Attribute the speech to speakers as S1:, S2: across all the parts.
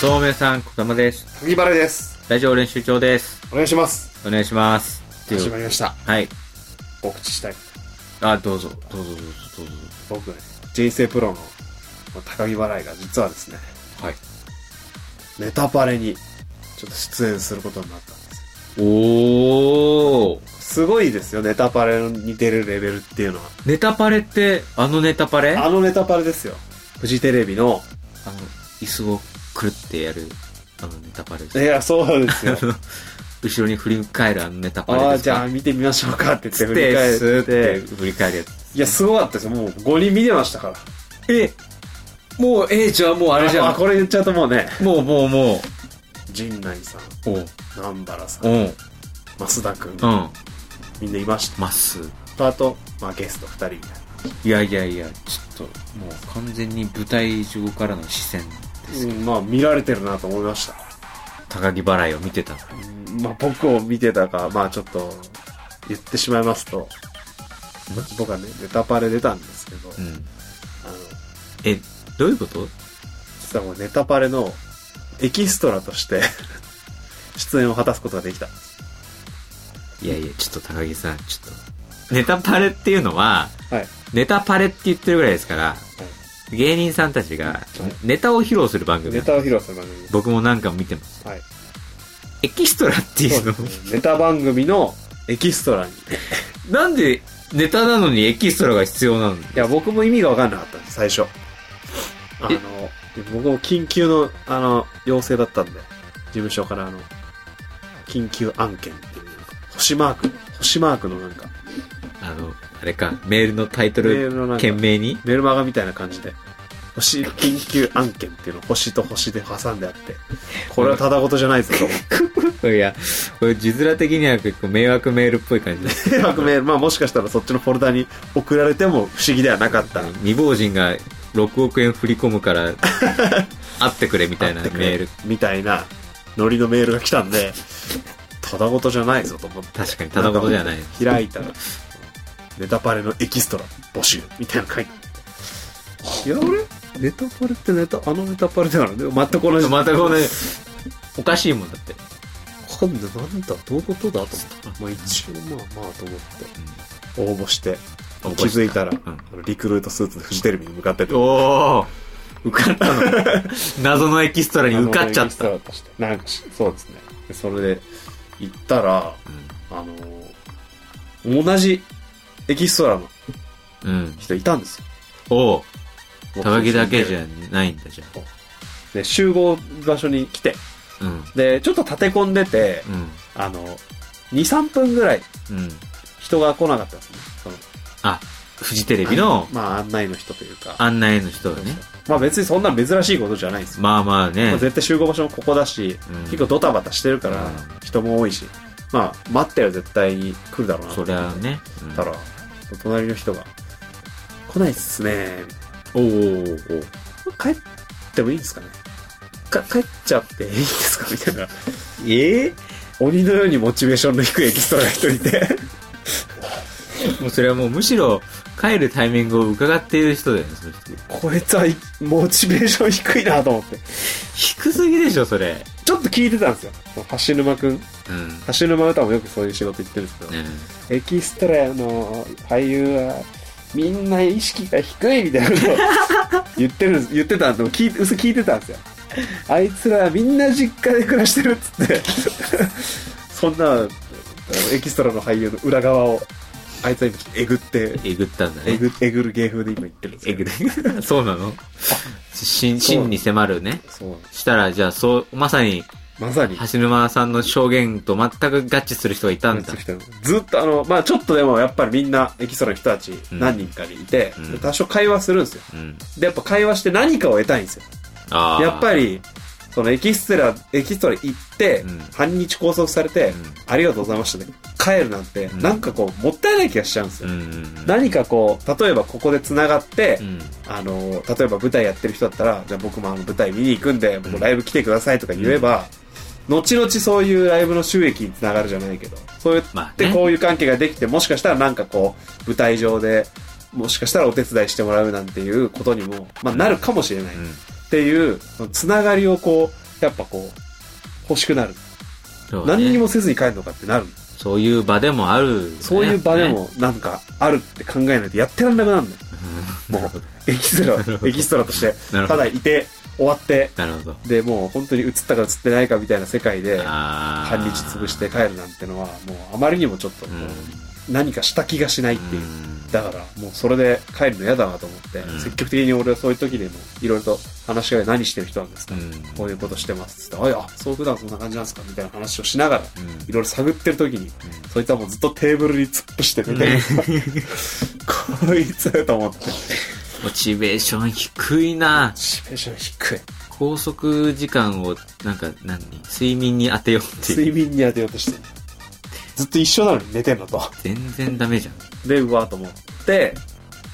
S1: そうめんさん、こたまです。
S2: 麦原です。
S1: ラジオ練習長です。
S2: お願いします。
S1: お願いします。っていう
S2: 始まりました。
S1: はい。
S2: 告知したい。
S1: あ、どうぞ、どうぞ、どうぞ、どうぞ。
S2: 僕ね、人生プロのまあ高木払いが実はですね、
S1: はい。
S2: ネタパレにちょっと出演することになったんですよ。
S1: おー。
S2: すごいですよ、ネタパレに出るレベルっていうのは。
S1: ネタパレって、あのネタパレ
S2: あのネタパレですよ。フジテレビの。
S1: あの、椅子をくるってやる、あのネタパレです
S2: いや、そうですよ。
S1: 後ろに振り返るあのネタパ
S2: あ
S1: レ
S2: あ、
S1: です
S2: じゃあ
S1: か
S2: 見てみましょうかって言って
S1: つっ
S2: 振り返
S1: て、
S2: っ
S1: すーって
S2: て。
S1: 振り返るやつ。
S2: いや、すごかったですよ。もう5人見てましたから。
S1: え、もう、え、じゃあもうあれじゃ
S2: あ、
S1: ん。
S2: これ言っちゃうともうね。
S1: もう、もう、も
S2: 陣内さ
S1: う。お
S2: ん、
S1: う、
S2: 南原さん、
S1: おう、
S2: 増田くん
S1: う、ん、
S2: みんないました。
S1: まっすー。
S2: あと、まあ、ゲスト2人みたいない
S1: やいやいや、ちょっと、もう完全に舞台上からの視線です。
S2: うん、まあ見られてるなと思いました、
S1: 高木払いを見てた。
S2: まあ、僕を見てたかまあちょっと言ってしまいますと僕はねネタパレ出たんですけど、
S1: う
S2: あの
S1: ん。え、どういうこと
S2: 実はもうネタパレのエキストラとして 出演を果たすことができた
S1: いやいや、ちょっと高木さん、ちょっと。ネタパレっていうのは、
S2: はい
S1: ネタパレって言ってるぐらいですから、芸人さんたちがネタを披露する番組
S2: ネ。タを披露する番組
S1: 僕もなんか見てます。
S2: はい
S1: エキストラっていう
S2: そ
S1: の
S2: うですねネタ番組のエキストラにい
S1: なんでネタなのにエキストラが必要なの
S2: や僕も意味が分かんなかったんです最初あの僕も緊急のあの要請だったんで事務所からあの緊急案件っていうなんか星マーク星マークのなんか
S1: あの、あれか、メールのタイト
S2: メ
S1: ル、
S2: ールのなんか
S1: 懸命に。
S2: メルマガみたいな感じで星緊急案件っていうの星と星で挟んであってこれはただ事じゃないぞと思っ
S1: いや、これ字面的には結構迷惑メールっぽい感じです。
S2: て迷惑メールまあもしかしたらそっちのフォルダに送られても不思議ではなかった
S1: 未亡人が6億円振り込む から、会ってくれみたいなメール。
S2: みたいなノリのメールが来たんでただ事じゃないぞと思って
S1: 確かに、ただことじゃない。
S2: 開いたらネタパレのエキストラ募集みたいなの書いてあるいや俺ネタパレってネタあのネタパレだからね全く同じ
S1: またこの、おかしいもんだって。
S2: 今度なんだどういうことだと思ったまあ一応まあまあと思って応募して
S1: 応募
S2: 気
S1: した
S2: づいたら、
S1: ん
S2: あのリクルートスーツでフジテレビに向かってて
S1: おー受かったの。謎のエキストラに受かっちゃった。
S2: あ
S1: うん
S2: のエキストラとしてなんかしそうですねでそれで行ったらあの同じエキストラの
S1: うん。
S2: 人いたんですよ
S1: おー高木だけじゃないんだじゃ
S2: で集合場所に来て
S1: あ。うん。
S2: でちょっと立て込んでてあの23分ぐらい
S1: うん。うん。
S2: 人が来なかったんですねその
S1: あ、フジテレビの
S2: まあ案内の人というか
S1: 案内の人はね。
S2: まあ別にそんな珍しいことじゃないんですよ、
S1: まあまあ
S2: まあ
S1: ね。
S2: 絶対集合場所もここだし、
S1: うん
S2: 結構ドタバタしてるから
S1: うん
S2: 人も多いしまあ待っては絶対に来るだろうなと
S1: そりゃあね。うん
S2: たら隣の人が「来ないっすね
S1: おーおー
S2: 帰ってもいいんですかねか帰っちゃっていいんですか?」みたいな
S1: ええ
S2: 鬼のようにモチベーションの低いエキストラが一人いて
S1: もうそれはもうむしろ帰るタイミングを伺っている人だよね、その人。
S2: こいつはいモチベーション低いなと思って
S1: 低すぎでしょ、それ。
S2: ちょっと聞いてたんですよ橋沼くん
S1: うん。
S2: 橋沼歌もよくそういう仕事行ってるんですけど、エキストラの俳優は、みんな意識が低いみたいなことを 言ってるんです、言ってたのを聞い、嘘聞いてたんですよ。あいつらみんな実家で暮らしてるっつって、 そんな、エキストラの俳優の裏側を、あいつは今えぐって、
S1: えぐったんだ
S2: え
S1: ね。
S2: ぐ、えぐる芸風で今言ってるんです
S1: え
S2: よ
S1: ぐ る。そうなの真真に迫るね。
S2: そう。
S1: したら、じゃあ、そう、まさに、
S2: まさに、
S1: 橋沼さんの証言と全く合致する人がいたんだ。
S2: ずっとあの、まあちょっとでもやっぱりみんなエキストラの人たち何人かにいて、
S1: うん
S2: 多少会話するんですよ。
S1: うん。
S2: で、やっぱ会話して何かを得たいんですよ。
S1: ああ。
S2: やっぱ。り、そのエキストラ、エキストラ行って、
S1: うん
S2: 半日拘束されて、
S1: うん
S2: ありがとうございましたね。帰るなんて、
S1: うん
S2: なんかこう、もったいない気がしちゃうんです
S1: う
S2: よ。
S1: ん。
S2: 何かこう、例えばここで繋がって、
S1: うん。
S2: あの、例えば舞台やってる人だったら、じゃあ僕もあの舞台見に行くんで、
S1: う
S2: 僕
S1: ん
S2: ライブ来てくださいとか言えば、後々そういうライブの収益につながるじゃないけど、そうや
S1: ま
S2: っ
S1: あね
S2: てこういう関係ができて、もしかしたらなんかこう、舞台上で、もしかしたらお手伝いしてもらうなんていうことにも、まあなるかもしれない。
S1: うん。
S2: っていう、そのつながりをこう、やっぱこう、欲しくなる。
S1: そうね
S2: 何にもせずに帰るのかってなる。
S1: そういう場でもある、
S2: そういう場で
S1: ね。
S2: もなんかあるって考えないとやってらんな くなるんだよ。
S1: うん
S2: もう、エキ ストラ、エキストラとして、
S1: なる
S2: た
S1: ほど
S2: だ。いて、終わって、
S1: なるほど。
S2: で、もう本当に映ったか映ってないかみたいな世界で、
S1: あー
S2: 半日潰して帰るなんてのは、もうあまりにもちょっとこ
S1: う。
S2: うん何かした気がしないっていう。
S1: ん
S2: だから、もうそれで帰るの嫌だなと思って、
S1: うん
S2: 積極的に俺はそういう時でも、いろいろと話し合い何してる人なんですか、
S1: うん
S2: こういうことしてますっつって、あ、いや、そう普段こんな感じなんですかみたいな話をしながら、いろいろ探ってる時に、そいつはもうずっとテーブルに突っ伏してて、
S1: うん
S2: ね
S1: ね、
S2: こいつと思って。
S1: モチベーション低いな
S2: シペーション低い。
S1: 拘束時間を、なんか、何睡眠に当てようっていう。
S2: 睡眠に当てようとしてる。ずっと一緒なのに寝てんのと。
S1: 全然ダメじゃん。
S2: で、うわーと思って、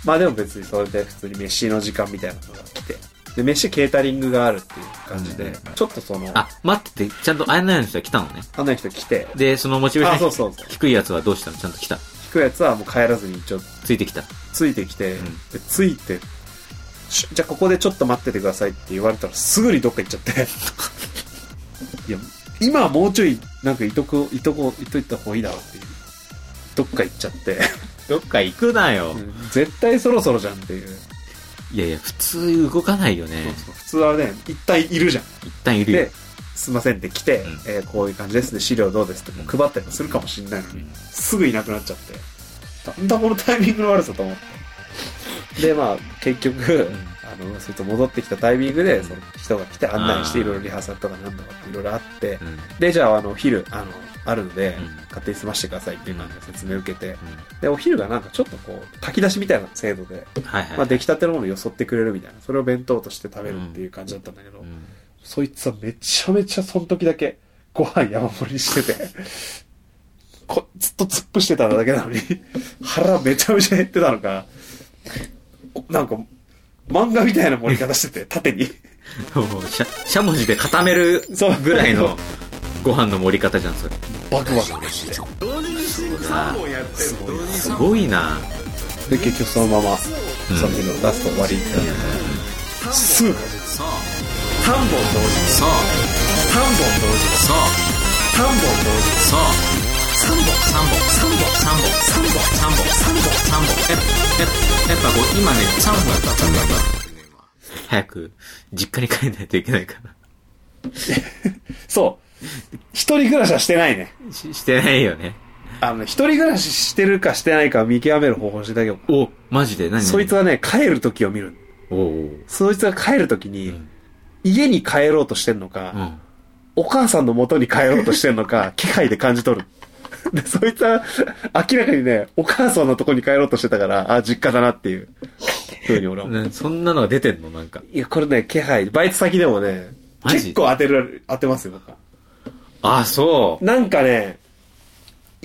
S2: まあでも別にそれで普通に飯の時間みたいなのが来て、で、飯ケータリングがあるっていう感じで、
S1: うん
S2: ちょっとその、
S1: あ、待ってて、ちゃんと会えないの人が来たのね。
S2: あの人来て、
S1: で、そのモチベー
S2: あ、
S1: シ
S2: そ
S1: ョ
S2: うそうそう
S1: ン。低いやつはどうしたのちゃんと来た。
S2: 低いやつはもう帰らずに一応
S1: ついてきた。
S2: ついてきて、
S1: うん
S2: でついて、しじゃあここでちょっと待っててくださいって言われたらすぐにどっか行っちゃ って。いや、今はもうちょい、なんかいとこ、いとこ、いといた方がいいだろうっていう。どっか行っちゃって、
S1: どっか行くなよ。
S2: 絶対そろそろじゃんっていう。
S1: いやいや、普通動かないよね。
S2: 普通はね、一旦いるじゃん。
S1: 一旦いるよ
S2: で。、すいませんって来て、
S1: うん
S2: えーこういう感じですね、資料どうですってもう配ったりもするかもしんないの
S1: う
S2: に、
S1: ん
S2: すぐいなくなっちゃって、なんだこのタイミングの悪さと思って。で、まあ、結局、あの、それと戻ってきたタイミングで、その人が来て案内して、
S1: あー
S2: いろいろリハーサルとかなんとかっていろいろあって
S1: う、ん。うん
S2: で、じゃあ、あの、お昼、あの、あるので、
S1: うん
S2: 勝手に済ましてくださいっていう感じで説明受けて、で、お昼がなんかちょっとこう、炊き出しみたいな制度で、
S1: うんはいはい。
S2: まあ、出来たてのものをよそってくれるみたいな、それを弁当として食べるっていう感じだったんだけど、
S1: うん
S2: そいつはめちゃめちゃその時だけご飯山盛りしてて、こずっと突っ伏してただけなのに、腹めちゃめちゃ減ってたのか、なんか漫画みたいな盛り方してて、縦に。
S1: もうしゃ、しゃもじで固める
S2: そう
S1: ぐらいのご飯の盛り方じゃん、それ。
S2: バクバクして。
S1: すごいな。
S2: で、結局そのまま、
S1: ん
S2: その日のラスト終わりってなって。すぐ3本同時
S1: そう、
S2: 3本同時
S1: そう、
S2: 3本同時
S1: そう。三本、三本、三本、三本、三本、三本、三本、三本。え、え、やっぱこう、今ね、三本だった、三本だった。早く、実家に帰んないといけないから。
S2: そう一人暮らしはしてないね
S1: し、してないよね。
S2: あの一人暮らししてるかしてないかを見極める方法してたけど
S1: お、マジで何
S2: そいつ
S1: は、
S2: はね、帰る時を見る。
S1: おうおう。
S2: そいつが帰る時に、
S1: うん
S2: 家に帰ろうとしてんのか、
S1: うん。
S2: お母さんの元に帰ろうとしてん のか、気配で感じ取る。で、そいつは、明らかにね、お母さんのとこに帰ろうとしてたから、あ、実家だなっていう、ふうに俺は思う。
S1: ねそんなのが出てんのなんか。
S2: いや、これね、気配、バイト先でもね、
S1: マジ
S2: 結構当てられる、当てますよ、僕は
S1: あ、そう。
S2: なんかね、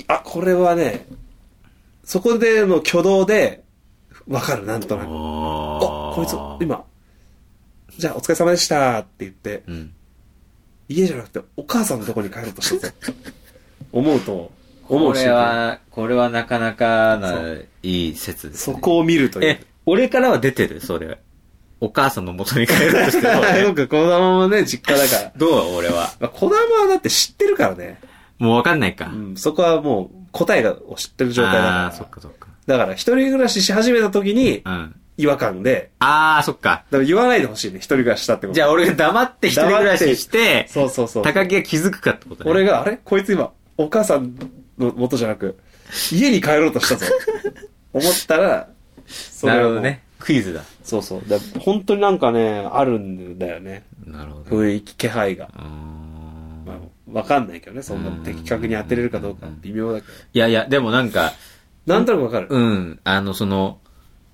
S2: あ、これはね、そこでの挙動で、わかる、なんとなく。あ
S1: あ、
S2: こいつ、今、じゃあお疲れ様でしたって言って、
S1: うん。
S2: 家じゃなくてお母さんのとこに帰ろうとしてた。思うと、思
S1: こ
S2: うし
S1: れ、は、これはなかなかな
S2: そう、
S1: いい説です、
S2: そ
S1: ね。
S2: こを見るという
S1: え。、俺からは出てるそれ。お母さんの元に帰るとしても
S2: な
S1: ね
S2: んか子供もね、実家だから。
S1: どう俺は。
S2: まあ、子供はだって知ってるからね。
S1: もうわかんないか。
S2: うん、そこはもう答えがを知ってる状態だ
S1: ああー、そ
S2: か。
S1: っからそっか。
S2: だから一人暮らしし始めた時に
S1: うん。
S2: 違和感で、
S1: ああ、そっか。
S2: だから言わないでほしいね、一人暮らししたってこと。
S1: じゃあ俺が黙って一人暮らしして、
S2: そうそうそう。
S1: 高木が気づくかってことね。
S2: 俺が、あれこいつ今、お母さんの元じゃなく、家に帰ろうと したぞ。思ったら、それ
S1: な
S2: は
S1: る
S2: も
S1: ほ
S2: う
S1: ど。ね。クイズだ。
S2: そうそう。だ本当になんかね、あるんだよね。
S1: なるほど。う
S2: 雰囲気、気配が。
S1: ーん
S2: まあ、わかんないけどね。そんな
S1: うん
S2: 的確に当てれるかどうか微妙だけど。
S1: いやいや、でもなんか、
S2: なんとなくわかる。
S1: うん、あの、その、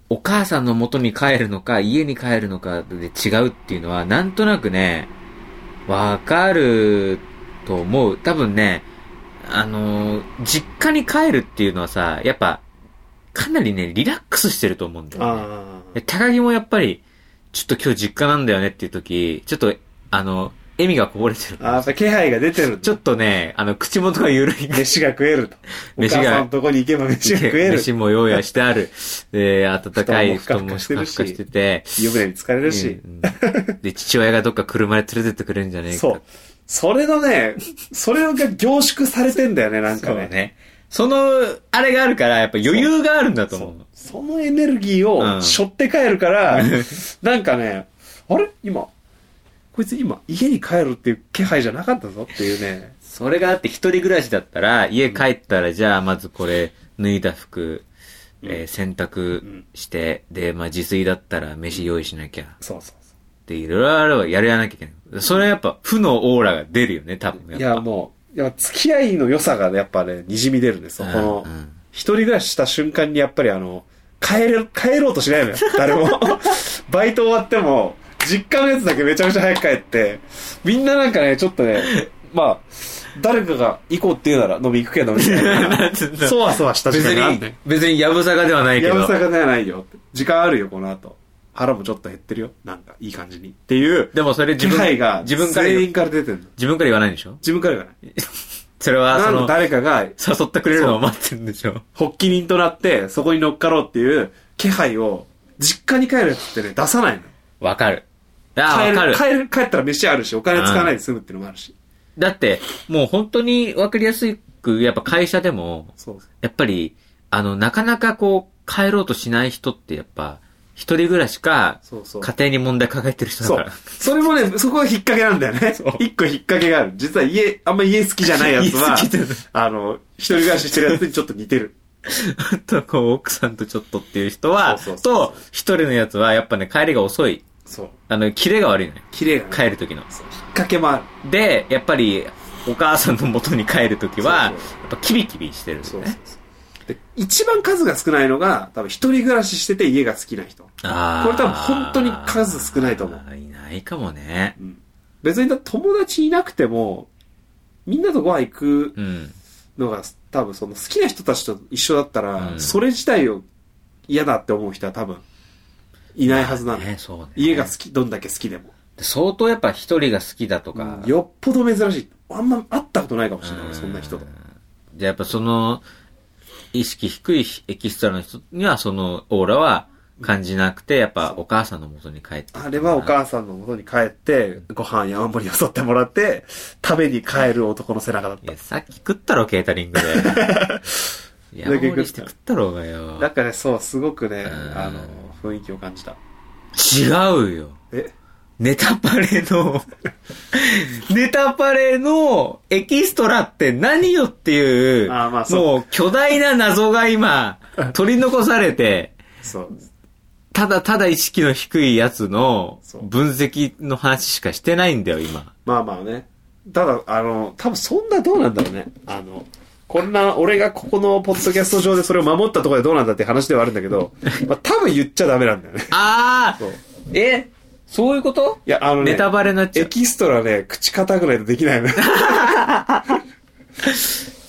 S1: お母さんの元に帰るのか、家に帰るのかで違うっていうのは、なんとなくね、わかると思う。多分ね、あの、実家に帰るっていうのはさ、やっぱ、かなりね、リラックスしてると思うんだよね。
S2: あ
S1: で高木もやっぱり、ちょっと今日実家なんだよねっていう時、ちょっと、あの、笑みがこぼれてる。
S2: あーやっぱ気配が出てる。
S1: ちょっとね、あの、口元が緩い。
S2: 飯が食えると。お
S1: 飯が
S2: 母さんのとこに行けば飯が食える。
S1: 飯も用意してある。で、暖かい布
S2: 布団
S1: 団
S2: も
S1: も
S2: ふ
S1: ふ
S2: か
S1: か
S2: ふ
S1: ふ
S2: か
S1: か
S2: し
S1: しててて。
S2: 湯船に疲れるし。
S1: うんうんで、父親がどっか車で連れてってくれるんじゃねえか。
S2: そう。それのね、それが凝縮されてんだよね、なん
S1: そ
S2: か
S1: う
S2: ね。
S1: ね。その、あれがあるから、やっぱ余裕があるんだと思う。
S2: そのエネルギー
S1: う
S2: を
S1: ん
S2: 背負って帰 るから、なんかね、あれ今、こいつ今家に帰るっていう気配じゃなかったぞっていうね。
S1: それがあって一人暮らしだったら、家帰ったら、じゃあまずこれ、脱いだ服、えー洗濯して、で、まあ自炊だったら飯用意しなきゃ。
S2: そうそうそ
S1: で、いろいろあればやるやらなきゃいけない。それはやっぱ、負のオーラが出るよね、多分
S2: う。い
S1: やっ
S2: や、
S1: ぱ。
S2: もう、やっぱ付き合いの良さがね、やっぱね、滲み出るんですよ。この
S1: うんうん、
S2: 一人暮らしした瞬間にやっぱりあの、帰れ、帰ろうとしないのよ。誰も。バイト終わっても、実家のやつだけめちゃめちゃ早く帰って、みんななんかね、ちょっとね、まあ、誰かが行こうって言うなら飲み行くけど、みたい
S1: な
S2: な。
S1: んつうんだ
S2: そわそわした時
S1: 別
S2: 間があんね
S1: に、別にやぶさかではないけ
S2: や
S1: ど。
S2: ぶさかではないよって。時間あるよ、この後。腹もちょっと減ってるよ。なんか、いい感じに。っていう、
S1: でもそれ自
S2: 気
S1: 分
S2: 配が、
S1: 自分から言う
S2: 全員から出てるの。
S1: 自分から言わないんでしょ
S2: 自分から言わない。
S1: それは、そ
S2: なん
S1: の
S2: か、誰かが、
S1: 誘ってくれるのを待ってるんでしょ
S2: 発起人となって、そこに乗っかろうっていう気配を、実家に帰るやつってね、出さないの。
S1: わかる。ああ、わ
S2: 帰
S1: かる
S2: る、。帰る、帰ったら飯あるし、お金使わないで済むっていうのもあるし。
S1: だって、もう本当にわかりやすく、やっぱ会社でも、
S2: そうそう。
S1: やっぱり、あの、なかなかこう、帰ろうとしない人ってやっぱ、一人暮らしか、
S2: そうそう。
S1: 家庭に問題抱えてる人だ
S2: そ
S1: か
S2: う
S1: ら。。
S2: それもね、そこが引っ掛けなんだよね
S1: そう。
S2: 一個引っ掛けがある。実は家、あんま家好きじゃないやつは
S1: 家好きじゃない、
S2: あの、一人暮らししてるやつにちょっと似てる。
S1: あと、こう、奥さんとちょっとっていう人は
S2: そう、そうそう
S1: と、一人のやつは、やっぱね、帰りが遅い。
S2: そう。
S1: あの、キレが悪いのよ。
S2: 綺麗がね
S1: 帰る時の。
S2: そう引っ掛けもある。
S1: で、やっぱり、お母さんの元に帰る時は、
S2: そ
S1: や
S2: うそ
S1: っぱキビキビしてるんだよね。
S2: で、一番数が少ないのが、多分一人暮らししてて家が好きな人。
S1: あー
S2: これ多分本当に数少ないと思う。
S1: いないかもね。
S2: うん別にだって友達いなくても、みんなとご飯行く
S1: うん。
S2: のが、多分その好きな人たちと一緒だったら、
S1: うん
S2: それ自体を嫌だって思う人は多分、いないはずなの。
S1: ね、そうね。
S2: 家が好き、どんだけ好きでも。
S1: 相当やっぱ一人が好きだとか。
S2: よっぽど珍しい。あんま会ったことないかも
S1: う
S2: しれない、俺そんな人と。
S1: じゃあやっぱその、意識低いエキストラの人にはそのオーラは感じなくて、やっぱお母さんの元に帰って。
S2: あれはお母さんの元に帰って、ご飯山盛りを取ってもらって、食べに帰る男の背中だっ
S1: いや、さっき食ったろ、ケータリン グで。いや、
S2: だけ
S1: 無理して食ったろうがよ
S2: た。。だからねそう、すごくね、
S1: ん
S2: あの、雰囲気を感じた。
S1: 違うよ。
S2: え
S1: ネタパレの、 ネタパレのエキストラって何よっていう、
S2: あーまあそう
S1: もう巨大な謎が今、取り残されて、
S2: そう。
S1: ただただ意識の低いやつの
S2: そう
S1: 分析の話しかしてないんだよ、今。
S2: まあまあね。ただ、あの、多分そんなどうなんだろうね。あの、こんな、俺がここのポッドキャスト上でそれを守ったところでどうなんだって話ではあるんだ けど、まあ多分言っちゃダメなんだよね。
S1: あ
S2: そう
S1: ーえそういうこと
S2: いや、あのね、
S1: ネタバレになっちゃ
S2: エ
S1: う。
S2: キストラね、口固くないとできないの よ。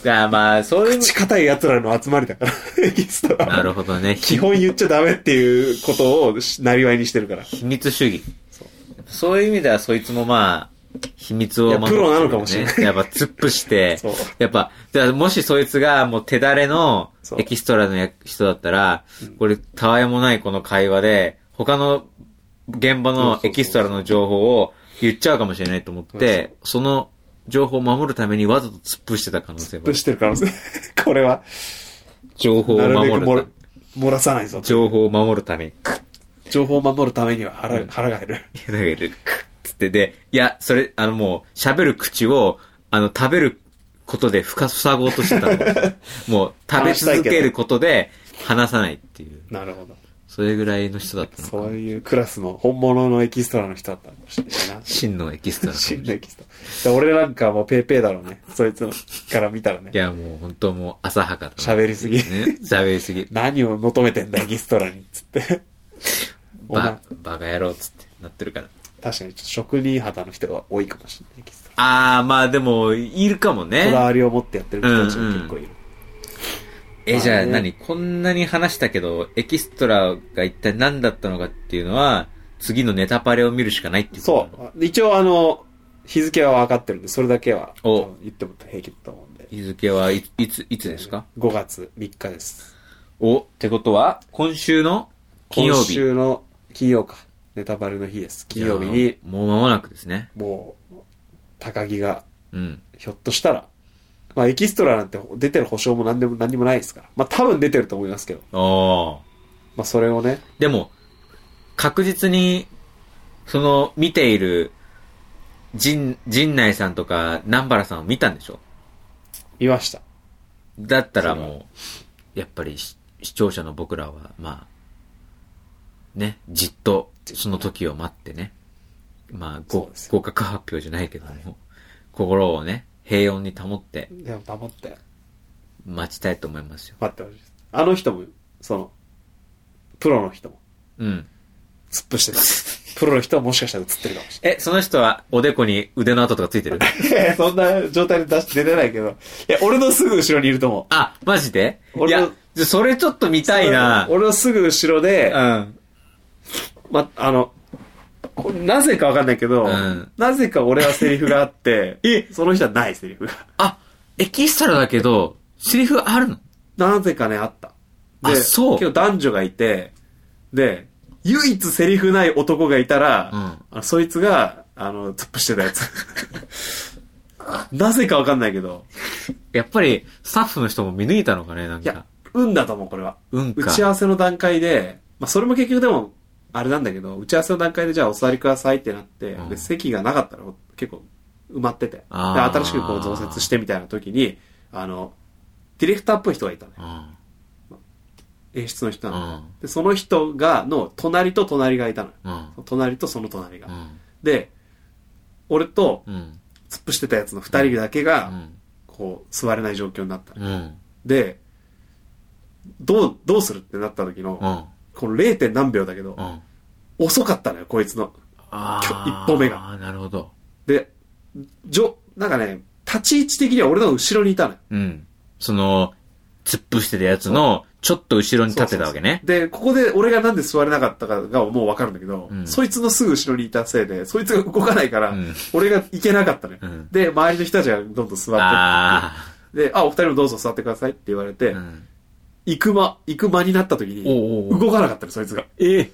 S1: いや、まあ、そういう。
S2: 口固い奴らの集まりだから、 エキストラは。
S1: なるほどね。
S2: 基
S1: 秘
S2: 本言っちゃダメっていうことをしなりわいにしてるから。い
S1: 密主義
S2: そう。
S1: そういう意味では、そいつもまあ、秘密を守ってる
S2: い
S1: よ
S2: や
S1: ね
S2: プロなのかもしれない
S1: やっぱ、突っ伏して
S2: そう、
S1: やっぱ、じゃあもしそいつがもう手だれの
S2: そう
S1: エキストラのや人だったら、これ、たわいもないこの会話で、他の現場のエキストラの情報を言っちゃうかもしれないと思っ
S2: そうそう
S1: て、その情報を守るためにわざと突っ伏してた可能性もある。
S2: してるから、 これは、
S1: 情報を
S2: なるべく
S1: 守
S2: 漏
S1: る
S2: れ。漏らさないぞ。
S1: 情報を守るために。
S2: 情報を守るためには腹,、腹が減る。
S1: いや、だけど、クッつってで、いや、それ、あのもう、喋る口を、あの、食べることで深さごうとしてた の。もう、食べ続けることで、話さないっていう。
S2: なるほど。
S1: それぐらいの人だったのか
S2: そ
S1: な
S2: ういうクラスの本物のエキストラの人だったかもしれないな。
S1: 真のエキストラの人。
S2: 真のエキストラ。で俺なんかもうペーペーだろうね。そいつのから見たらね
S1: い。や、もう、本当もう、浅はかだな
S2: 喋りすぎ
S1: ね。喋りすぎ。
S2: 何を求めてんだ、エキストラに。つって。お前
S1: ば、バカ野郎っつって、なってるから。
S2: 確かにちょっと職人肌の人が多いかもしれない、エキストラ。
S1: あー、まあでも、いるかも
S2: こ
S1: ね
S2: だ。わりを持ってやってる人たちが結構いる。
S1: え、じゃあ
S2: まあね
S1: 何こんなに話したけど、エキストラが一体何だったのかっていうのは、次のネタパレを見るしかないっていうこと
S2: そう。一応あの、日付は分かってるんで、それだけは、
S1: お
S2: 多分言っても平気だと思うんで。
S1: 日付はいいつ、いつですか
S2: ?5 月3日です。
S1: お、ってことは、今週の金曜
S2: 今
S1: 日。
S2: 週の金曜か。ネタバレの日です。金曜日に、
S1: いやーもう間もなくですね。
S2: もう、高木が、
S1: うん。
S2: ひょっとしたら、まあエキストラなんて出てる保証も何でも何にもないですから。まあ多分出てると思いますけど。
S1: ああ。
S2: まあそれをね、
S1: でも、確実に、その、見ている、陣、陣内さんとか、南原さんを見たんでしょ
S2: 見ました。
S1: だったら
S2: そ
S1: もう、やっぱりし視聴者の僕らは、まあ、ね、じっとその時を待ってね、まあ、
S2: そう
S1: ご
S2: ですよ
S1: 合格発表じゃないけども、心をね、平穏に保って
S2: でも黙って、
S1: 待ちたいと思いますよ。
S2: 待ってほしいです。あの人も、その、プロの人も、
S1: うん。
S2: 突っ伏してます。プロの人はもしかしたら映ってるかもし
S1: え、その人はおでこに腕の跡とかつ いてる
S2: れない。いやそんな状態で出して出てないけど。いや、俺のすぐ後ろにいると思う。
S1: あ、マジでい
S2: 俺の
S1: や、じゃそれちょっと見たいな
S2: 俺のすぐ後ろで、
S1: うん。
S2: ま、あの、こなぜかわかんないけど、
S1: うん
S2: なぜか俺はセリフがあって、
S1: え
S2: その人はないセリフが。
S1: あ、エキストラだけど、セリフあるの
S2: なぜかね、あった。で、
S1: あそう
S2: けど男女がいて、で、唯一セリフない男がいたら、
S1: うん
S2: あのそいつが、あの、突っ伏してたやつ。なぜかわかんないけど、
S1: やっぱり、スタッフの人も見抜いたのかねなん
S2: いや
S1: か。、
S2: 運だと思う、これは。
S1: うんか。
S2: 打ち合わせの段階で、まあ、それも結局でも、あれなんだけど、打ち合わせの段階でじゃあお座りくださいってなって、
S1: うん
S2: で、席がなかったら結構埋まってて、で、
S1: あー
S2: 新しくこう増設してみたいな時に、あの、ディレクターっぽい人がいたね。
S1: うん。
S2: 演出の人
S1: う
S2: なの。
S1: ん。
S2: で、その人が、の、隣と隣がいたのよ。
S1: うん。
S2: 隣とその隣が。
S1: うん。
S2: で、俺と、
S1: うん。
S2: 突っ伏してたやつの二人だけが、
S1: うん
S2: こう、座れない状況になった。
S1: うん。
S2: で、どう、どうするってなった時
S1: う
S2: の、
S1: ん。
S2: この 0. 点何秒だけど
S1: う、ん。
S2: 遅かったのよ、こいつの。
S1: あ
S2: 今
S1: あ。
S2: 日一歩目が
S1: ああ、なるほど。
S2: で、じょ、なんかね、立ち位置的には俺の後ろにいたのよ。
S1: うん。その、突っ伏してたやつの、ちょっと後ろに立ってたわけね。
S2: で、ここで俺がなんで座れなかったかがもうわかるんだけど、
S1: うん
S2: そいつのすぐ後ろにいたせいで、そいつが動かないから、
S1: うん
S2: 俺が行けなかったのよ。
S1: うん
S2: で、周りの人たちがどんどん座ってって
S1: あ
S2: で、あ、お二人もどうぞ座ってくださいって言われて、
S1: あ。うん。
S2: 行く間、行く間になった時
S1: お
S2: に、
S1: うおうおう
S2: 動かなかったの、そいつが。
S1: ええ。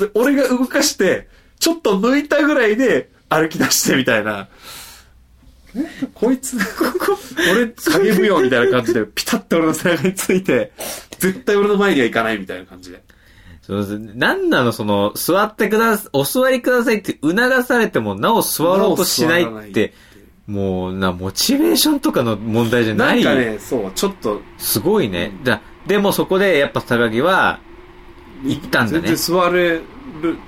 S2: で俺が動かして、ちょっと抜いたぐらいで歩き出してみたいな。こいつ、俺、影舞踊みたいな感じで、ピタッと俺の背中について、絶対俺の前には行かないみたいな感じで。
S1: そうですなんなのその、座ってくださ、お座りくださいって促されても、なお座ろうとしないって、もうな、モチベーションとかの問題じゃ
S2: な
S1: なんい。
S2: かね、そう、ちょっと、
S1: すごいね
S2: う。ん
S1: だでもそこで、やっぱ高木は、行ったんだ
S2: 全
S1: ね
S2: 然。座れる、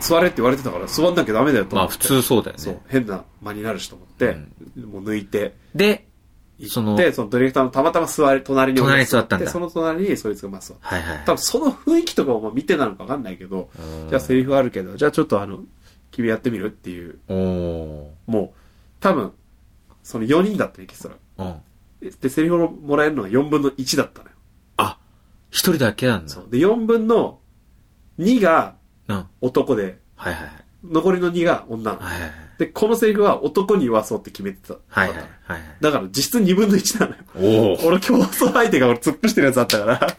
S2: 座れって言われてたから、座んなきゃダメだよと
S1: ま
S2: 思
S1: あ
S2: って。
S1: 普通そうだよ
S2: そう
S1: ね。、
S2: 変な間になるしと思って、もう抜いて、
S1: で、
S2: 行
S1: その
S2: って、そのディレクターのたまたま座り、隣に
S1: 隣に座ったんだ
S2: でその隣にそいつがまあ座って。
S1: はいはい。
S2: 多分その雰囲気とかをまあ見てなのかわかんないけど、
S1: うん
S2: じゃあセリフあるけど、じゃあちょっとあの、君やってみるっていう、
S1: おー
S2: もう、多分、その4人だったエキストラ。
S1: うん。
S2: でで、セリフをもらえるのが4分の1だったのよ。
S1: あ、一人だけなんだ。
S2: そう。で、4分の2が
S1: うん。はい
S2: 男で、
S1: はいはい。
S2: 残りの2が女なの。
S1: はいはい
S2: で、このセリフは男に言わそうって決めてた。
S1: はい。はい
S2: だ
S1: は
S2: っ
S1: い
S2: たの
S1: はい
S2: だから実質2分の1なのよ。
S1: はい。おー
S2: 俺競争相手が俺突っ伏してるやつだったから、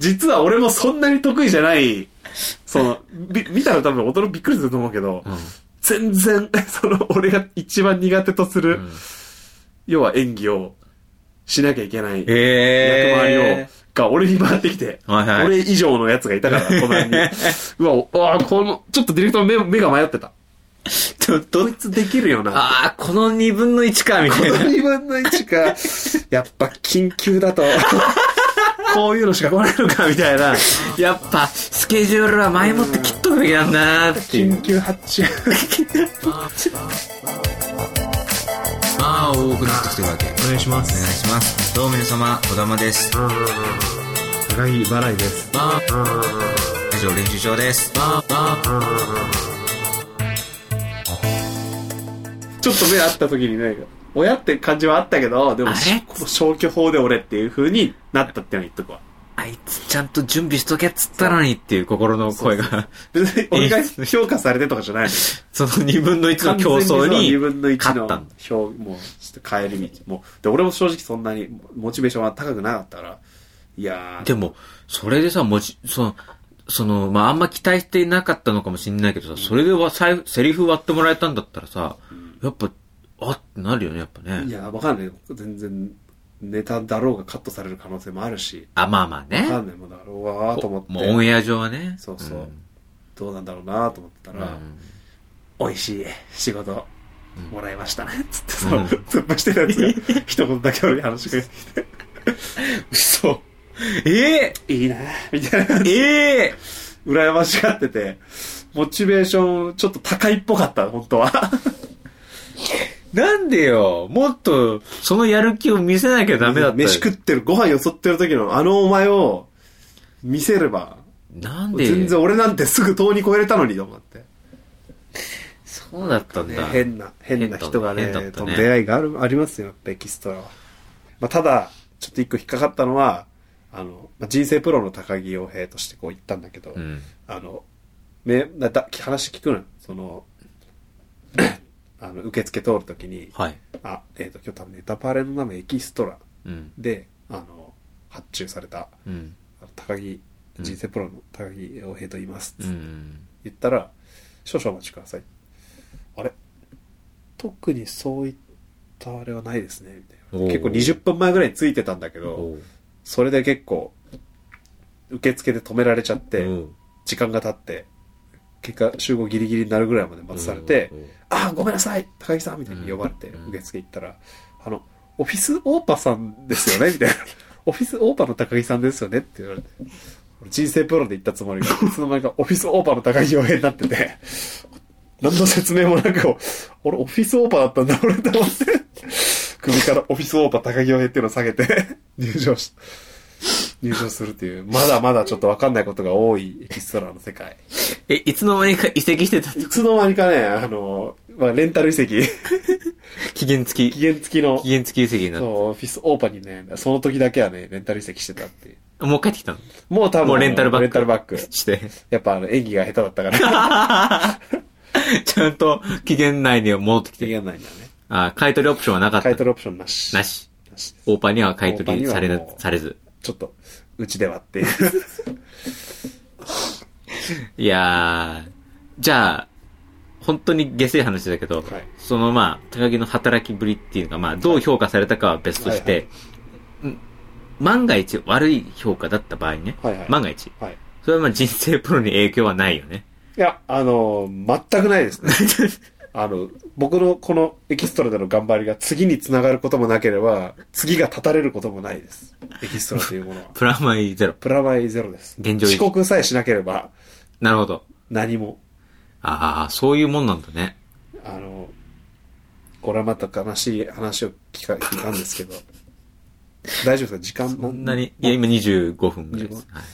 S2: 実は俺もそんなに得意じゃない、その、び見たら多分大人びっくりすると思うけど、全然、 その、俺が一番苦手とす
S1: う
S2: る、
S1: ん。うん
S2: 要は演技をしなきゃいけない役
S1: え
S2: 回りを、
S1: え。
S2: が俺に回ってきて、
S1: はいはい
S2: 俺以上のやつがいたから、隣に。 うわ、うわこの、ちょっとディレクターの目目が迷ってた。
S1: ちょっ
S2: ことい、つできるよな。
S1: ああ、この二分の一か、みたいな。
S2: 2分の1か、やっぱ緊急だと、こういうのしか来ないのか、みたいな。
S1: やっぱ、スケジュールは前もって切っとくべきなんだなーっていう。
S2: 緊急発注。
S1: まあ、多くなってきてるわけ。
S2: お願いしま
S1: お願い。します。どうも皆様、小玉です。
S2: 高木払いです。
S1: 以上、練習場です。
S2: ちょっと目あった時にね、親って感じはあったけど、でも
S1: あれ、
S2: こう消去法で俺っていう風になったっていうのは言っとくわ。
S1: あいつちゃんと準備しとけっつったのにっていう心の声が、
S2: 別に俺が評価されてとかじゃないの。
S1: その2分の1の競争
S2: 2
S1: に、
S2: 分の1
S1: 勝った
S2: の
S1: んだ
S2: 票、もう、ちょっと帰り道。もう、で、俺も正直そんなに、モチベーションは高くなかったから、いやー、
S1: でも、それでさ、もち、その、その、まあ、あんま期待してなかったのかもしんないけどさ、それではさいセリフ割ってもらえたんだったらさ、やっぱ、あってなるよね、やっぱ
S2: い
S1: ね。
S2: や、わかんないよ。全然、ネタだろうがカットされる可能性もあるし、
S1: あ、まあまあ
S2: わか
S1: ね。
S2: んないもんだろうわーと思って、
S1: もうオンエア上はね。
S2: そうそう、
S1: ん
S2: どうなんだろうなーと思ってたら、
S1: うん
S2: 美味しい仕事もらいましたね、つってそ
S1: うん
S2: の、突っ走ってたやつ が、一言だけ俺に話してく
S1: 嘘。え
S2: れて、いいなーみたいな
S1: え、ええ
S2: 羨ましがってて、モチベーションちょっと高いっぽかった、本当は。
S1: なんでよもっと、そのやる気を見せなきゃダメだったよ
S2: 飯食ってる、ご飯よそってる時のあのお前を見せれば、
S1: なんで
S2: 全然俺なんてすぐ遠に越えれたのにと思って。
S1: そうだったん
S2: ね
S1: だ。
S2: 変な、変な人がね、
S1: 変だった
S2: と
S1: ね
S2: の出会いがある、ありますよ、やっぱエキストラは。まあ、ただ、ちょっと一個引っかかったのは、あの、まあ、人生プロの高木洋平としてこう言ったんだけど、
S1: うん。
S2: あの、め、だ、だ話聞くのよその、 あの、受付通るときに、
S1: はい。
S2: あ、えっ、と、今日多分ネタパレの名前エキストラ
S1: うん。
S2: で、あの、発注された、
S1: うん。
S2: あの高木、
S1: うん
S2: 人生プロの高木洋平と言います。
S1: うん。
S2: 言ったら、少々お待ちください。あれ特にそういったあれはないですね、みたいな。
S1: おー
S2: 結構20分前ぐらいについてたんだけど、
S1: おう
S2: それで結構、受付で止められちゃって、
S1: おう
S2: 時間が経って、結果集合ギリギリになるぐらいまで待たされて
S1: お、う
S2: ああ、ごめんなさい高木さんみたいに呼ばれて、
S1: うん
S2: 受付行ったら、あの、オフィスオーパさんです よねみたいな。オフィスオーパの高木さんですよねって言われて。俺人生プロで行ったつもりが、いつの間にかオフィスオーパの高木洋平になってて、何の説明もなく、俺オフィスオーパだったんだ、俺と思って。首からオフィスオーパ高木洋平っていうのを下げて、入場し、入場するっていう、まだまだちょっとわかんないことが多いエキストラの世界。
S1: え、いつの間にか移籍してた
S2: いつの間にかね、あの、まあ、レンタル遺跡。
S1: 期限付
S2: 期
S1: き。
S2: 限付きの
S1: 期、限付き移籍にな
S2: そう、
S1: っ
S2: オフィスオーパにね、その時だけはね、レンタル移籍してたっていう。
S1: た。もう帰ってきたの
S2: もう多分、
S1: もうレンタルバック
S2: レンタルバック。
S1: して。
S2: やっぱあの、演技が下手だった から。
S1: ちゃんと期限内には戻ってき
S2: 期
S1: て。
S2: 限ないんだね。
S1: あ、買い取りオプションはなかった。
S2: 買い取りオプションなし。
S1: なし。
S2: なしです
S1: オーパーには買い取りされ
S2: オー
S1: な
S2: パーにはも、う
S1: されず。
S2: ちょっと、うちではっていう。
S1: いやー、じゃあ、本当に下世話だけど、
S2: はい
S1: そのまあ、高木の働きぶりっていうか、まあ、どう評価されたかは別として、うん万が一悪い評価だった場合ね、
S2: はいはい
S1: 万が一、
S2: はい。
S1: それはまあ人生プロに影響はないよ ね。。
S2: いや、あの、全くないですね。 あの、僕のこのエキストラでの頑張りが次につながることもなければ、次が立たれることもないです。エキストラというものは
S1: プラマイゼロ。
S2: プラマイゼロです。
S1: 現状維持
S2: 遅刻さえしなければ、
S1: なるほど。
S2: 何も。
S1: ああ、そういうもんなんだね。
S2: あの、これはまた悲しい話を聞か聞いたんですけど、大丈夫ですか時間
S1: そんなに、い
S2: い
S1: や、
S2: や、い
S1: 今25分ぐらいです
S2: 25。
S1: はい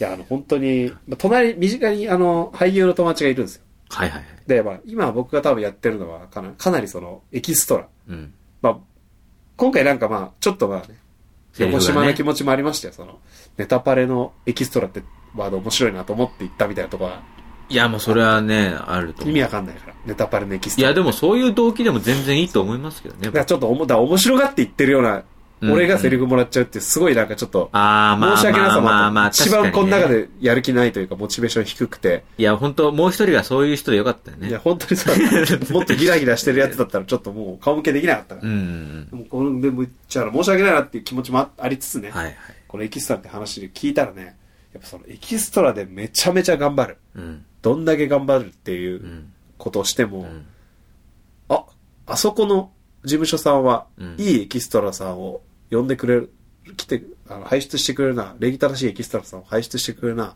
S2: や、あの、本当に、まあ隣、身近に、あの、俳優の友達がいるんですよ。
S1: はいはいはい。
S2: で、まあ、今僕が多分やってるのは、かなかなりその、エキストラ。
S1: うん。
S2: まあ、今回なんかまあ、ちょっとまあね、
S1: セリフ
S2: 横島
S1: が
S2: な
S1: ね
S2: 気。持ちもありましたよ、その、ネタパレのエキストラってワード面白いなと思って言ったみたいなとこは、
S1: いや、まあそれはね、あると思
S2: 意
S1: う。
S2: 味わかんないから、ネタパレのエキス
S1: い
S2: トラ。
S1: や、でもそういう動機でも全然いいと思いますけどね。
S2: なんかちょっとおも、だから面白がって言ってるような、
S1: うん
S2: 俺がセリフもらっちゃうっていう、すごいなんかちょっと、
S1: ああ、まあ、
S2: 申し訳なさも
S1: ま
S2: あ
S1: あまあ、
S2: って、一番
S1: 確
S2: こ
S1: か
S2: の
S1: にね
S2: 中。でやる気ないというか、モチベーション低くて、
S1: いや、本当もう一人がそういう人でよかったよ
S2: いや、
S1: ね。
S2: 本当にさ、もっとギラギラしてるやつだったら、ちょっともう顔向けできなかったか
S1: う
S2: ら。
S1: んうん
S2: もうこの、でも、じゃあ申し訳ないなっていう気持ちもあありつつ
S1: う
S2: ね、
S1: ん。はいはい。
S2: このエキストラって話で聞いたらね、やっぱそのエキストラでめちゃめちゃ頑張る。
S1: うん。。
S2: どんだけ頑張るっていううんことをしても、
S1: うん。
S2: あ、あそこの事務所さんは、
S1: うん
S2: いいエキストラさんを呼んでくれる、来て、あの、輩出してくれるな、礼儀正しいエキストラさんを輩出してくれるな、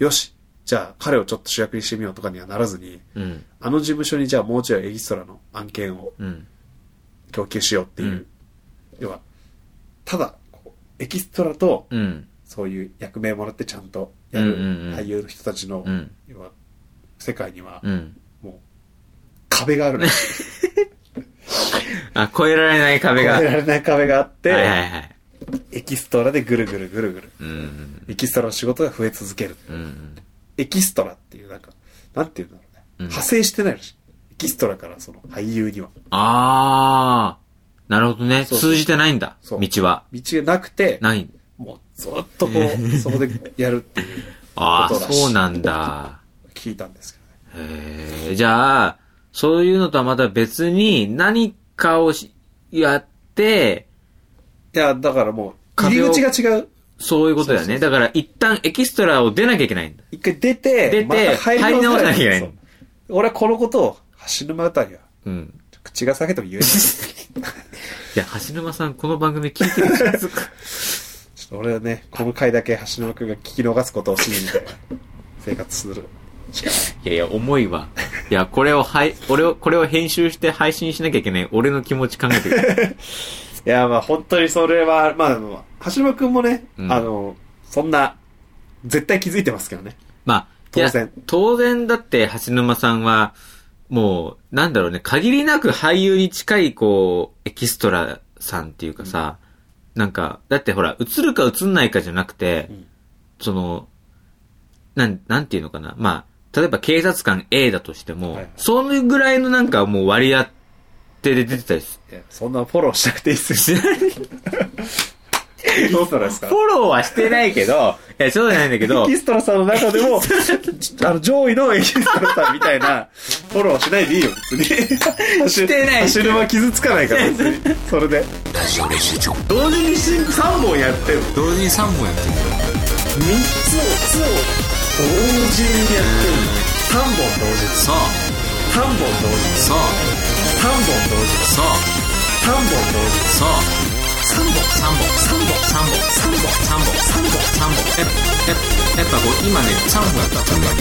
S2: よし、じゃあ彼をちょっと主役にしてみようとかにはならずに、
S1: うん。
S2: あの事務所にじゃあもうちょいエキストラの案件を
S1: うん。
S2: 供給しようっていう。
S1: うん
S2: 要は、ただ、こうエキストラと、
S1: うん。
S2: そういう役名もらってちゃんとやる
S1: うんうんうん
S2: 俳優の人たちの、
S1: うん
S2: 要は、世界には、
S1: うん。
S2: もう、壁があるの。
S1: あ、超えられない壁が。
S2: 越
S1: は
S2: え
S1: い
S2: られない壁があって、
S1: はいはい。
S2: エキストラでぐるぐるぐるぐる。
S1: うん。
S2: エキストラの仕事が増え続ける。
S1: うん。
S2: エキストラっていう、なんか、なんていうんだろうね。
S1: うん
S2: 派生してないらしい。エキストラからその俳優には。
S1: あー。なるほどね。
S2: そうそう
S1: 通じてないんだ。
S2: そう
S1: 道は。
S2: 道がなくて、
S1: ない。
S2: もうずっとこ う、そこでやるっていう、
S1: あー、
S2: ことらしい
S1: そうなんだ。
S2: 聞いたんですけどね。
S1: へーじゃあ、そういうのとはまた別に何かをしやって、
S2: いや、だからもう、
S1: 壁
S2: 入
S1: を
S2: り口が違う。
S1: そういうことだよね。だから一旦エキストラを出なきゃいけないんだ。
S2: 一回出て、
S1: 出て
S2: また
S1: 入り直さなきゃいけない
S2: そう俺はこのことを、橋沼あたりは、
S1: うん。
S2: 口が裂けても言えない。ち
S1: いや、橋沼さん、この番組聞いてるで しょ
S2: ょっと俺はね、この回だけ橋沼くんが聞き逃すことを信じて、生活する。
S1: いやいや、重い わ。いや、これを、はい、俺を、これを編集して配信しなきゃいけない。俺の気持ち考えて る。
S2: いや、まあ本当にそれは、まあ、まあ橋沼くんもね、
S1: うん
S2: あの、そんな、絶対気づいてますけどね。
S1: まあ、いや
S2: 当然。
S1: 当然だって、橋沼さんは、もう、なんだろうね、限りなく俳優に近い、こう、エキストラさんっていうかさ、なんか、だってほら、映るか映んないかじゃなくて、
S2: うん
S1: その、なん、なんていうのかな。まあ、例えば警察官 A だとしても、
S2: はいはい
S1: そのぐらいのなんかもう割り当てで出てたりす
S2: いやそんなフォローしなくていいっ すよ。エキストラですか
S1: フォローはしてないけど、いや、そうじゃないんだけ
S2: エ
S1: ど
S2: キ、ストラさんの中で も、あの、上位のエキストラさんみたいな、フォローしないでいいよ、別に。
S1: してない
S2: 走るは傷つかないから、別に。それで。同時に3本やってる。
S1: 同時に3本やってる。
S2: 3つを、同時にやってる。3本同時です。
S1: そう、
S2: 3本同時です。
S1: そう、
S2: 3本同時です。
S1: そう、
S2: 3本同時です。
S1: そう、
S2: 3本、
S1: 3本、3本、3本、
S2: 3本、
S1: 3本、
S2: 3本。
S1: 3本。え、え、やっぱこう、今ね、3本やった、3本やっ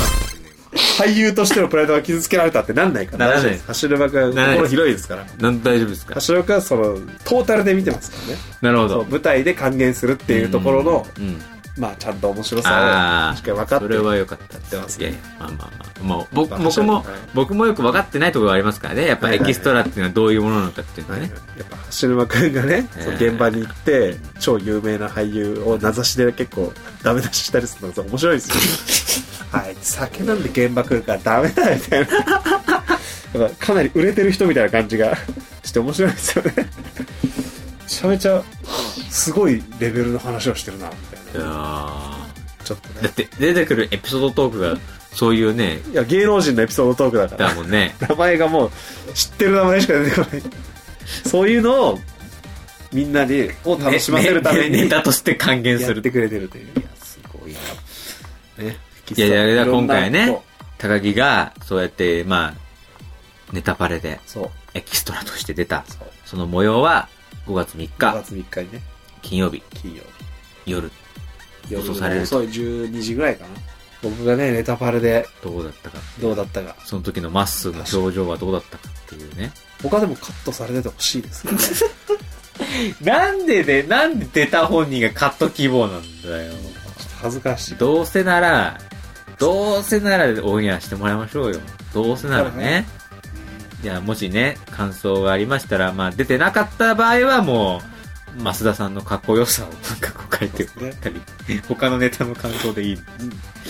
S2: 俳優としてのプライドが傷つけられたってなんないから
S1: ならないです
S2: 走るは心広いですから
S1: た。なん大丈夫ですか
S2: 橋岡はそのトータルで見てますからね
S1: なるほ
S2: そう
S1: ど。
S2: 舞台で還元するっていうところの、
S1: うん。
S2: まあちゃんと面白さ
S1: あ
S2: を
S1: あ
S2: しっかり分かって
S1: それは良かったって
S2: ます
S1: いやいやまあまあまあ、まあ、僕
S2: まあ
S1: 僕も
S2: 確かにはい
S1: 僕もよく分かってないところがありますからねやっぱ
S2: はい
S1: エ
S2: はいはい
S1: キストラっていうのはどういうものなのかっていうのは
S2: はい
S1: ね、
S2: やっぱ橋沼君がね、
S1: えー
S2: その現場に行って超有名な俳優を名指しで結構ダメ出ししたりするのが面白 いですよはい酒なんで現場来るからダメだみたいな やっぱかなり売れてる人みたいな感じがして面白いですよねめちゃめちゃすごいレベルの話をしてるなみた
S1: い
S2: い
S1: や
S2: な
S1: ー
S2: ちょっと
S1: だ
S2: ね
S1: って出てくるエピソードトークがそういうね
S2: いや芸能人のエピソードトークだから
S1: だもん ね
S2: 名前がもう知ってる名前しか出てこないそういうのをみんなにを楽しませるために、
S1: ねねネタとして還元
S2: や
S1: す
S2: っ
S1: る
S2: てくれてるといういやすごいなね
S1: いやいやいや今回
S2: いろんな
S1: ね高木がそうやってまあネタパレで
S2: そう
S1: エキストラとして出た
S2: そう
S1: その模様は5月3
S2: 5
S1: 日
S2: 月3日にね
S1: 金曜日
S2: 金曜
S1: 夜
S2: 日
S1: 放
S2: 夜
S1: 送される
S2: の遅い12時ぐらいかな僕がねネタパレで
S1: どうだったか
S2: どうだったか
S1: その時のまっすーの表情はどうだったかっていうね
S2: 他でもカットされててほしいですけどね
S1: なんでで、なんで出た本人がカット希望なんだよ。
S2: 恥ずかしい
S1: どうせなら、どうせならオンエアしてもらいましょうよ。どうせならね。じゃあ、もしね、感想がありましたら、まあ、出てなかった場合はもう、増田さんのかっこよさをなんかこう書いてもらったり、他のネタの感想でいい。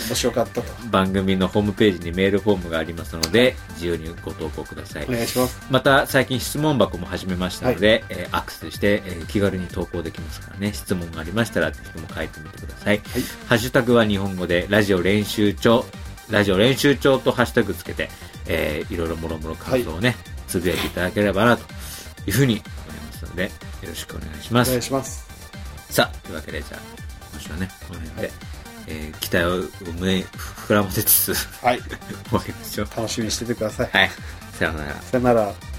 S2: 面白かったと
S1: 番組のホームページにメールフォームがありますので、自由にご投稿ください
S2: お。願いします
S1: また最近質問箱も始めましたので、えーアクセスして、えー気軽に投稿できますからね質問がありましたらぜひとも書いてみてください、
S2: はい
S1: ハッシュタグは日本語でラジオ練習帳ラジオ練習帳とハッシュタグつけて、えーいろいろもろもろ感想をね、つぶやいていただければなというふうに思いますのでよろしくお願いしま
S2: お
S1: す
S2: 願いします
S1: さあというわけでじゃあ今週はねこの辺で、
S2: はい
S1: えー期待を胸に膨らませつつ
S2: はい
S1: 終わりましょう
S2: 楽しみにしててください
S1: はいさようなら
S2: さよなら